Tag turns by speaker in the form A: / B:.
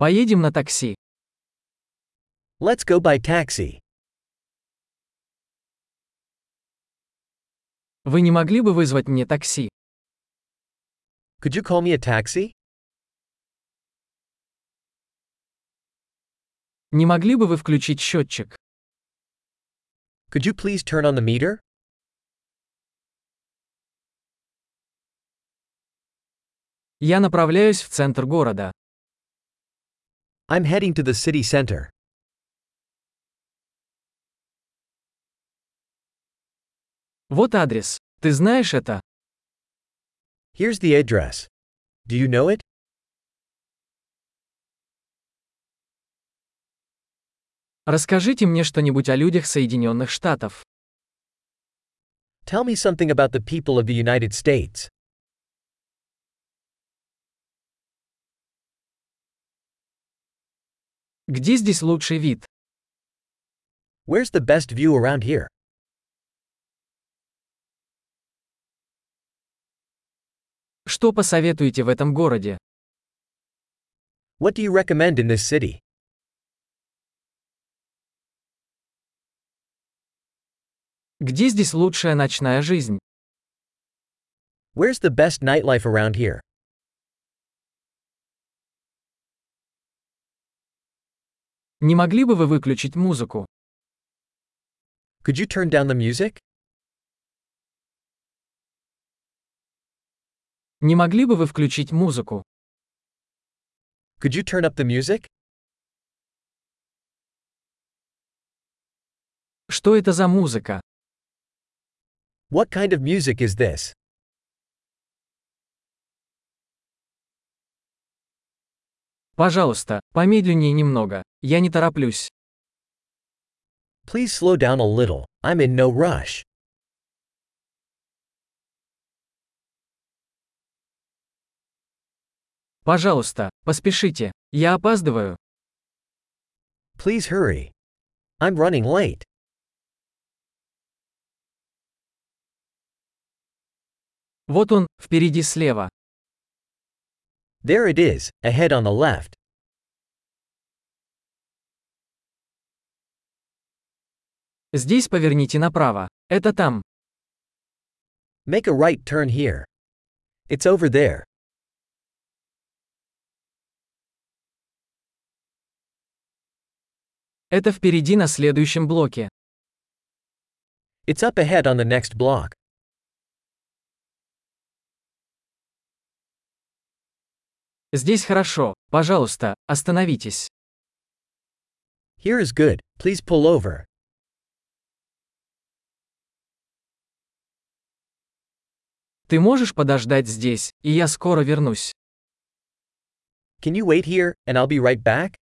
A: Поедем на такси.
B: Let's go by taxi.
A: Вы не могли бы вызвать мне такси?
B: Could you call me a taxi?
A: Не могли бы вы включить счетчик?
B: Could you please turn on the meter?
A: Я направляюсь в центр города.
B: I'm heading to the city center.
A: Вот адрес. Ты знаешь это?
B: Here's the address. Do you know it?
A: Расскажите мне что-нибудь о людях Соединенных Штатов.
B: Tell me something about the people of the United States.
A: Где здесь лучший вид?
B: Where's the best view around here?
A: Что посоветуете в этом городе?
B: What do you recommend in this city?
A: Где здесь лучшая ночная жизнь?
B: Where's the best nightlife around here?
A: Не могли бы вы выключить музыку?
B: Could you turn down the music?
A: Не могли бы вы включить музыку?
B: Could you turn up the music?
A: Что это за музыка?
B: What kind of music is this?
A: Пожалуйста, помедленнее немного. Я не тороплюсь.
B: Please slow down a little. I'm in no rush.
A: Пожалуйста, поспешите. Я опаздываю.
B: Please hurry. I'm running late.
A: Вот он, впереди слева.
B: There it is, ahead on the left.
A: Здесь поверните направо. Это там.
B: Make a right turn here. It's over there.
A: Это впереди на следующем блоке.
B: It's up ahead on the next block.
A: Здесь хорошо. Пожалуйста, остановитесь.
B: Here is good. Please pull over.
A: Ты можешь подождать здесь, и я скоро вернусь.
B: Can you wait here, and I'll be right back?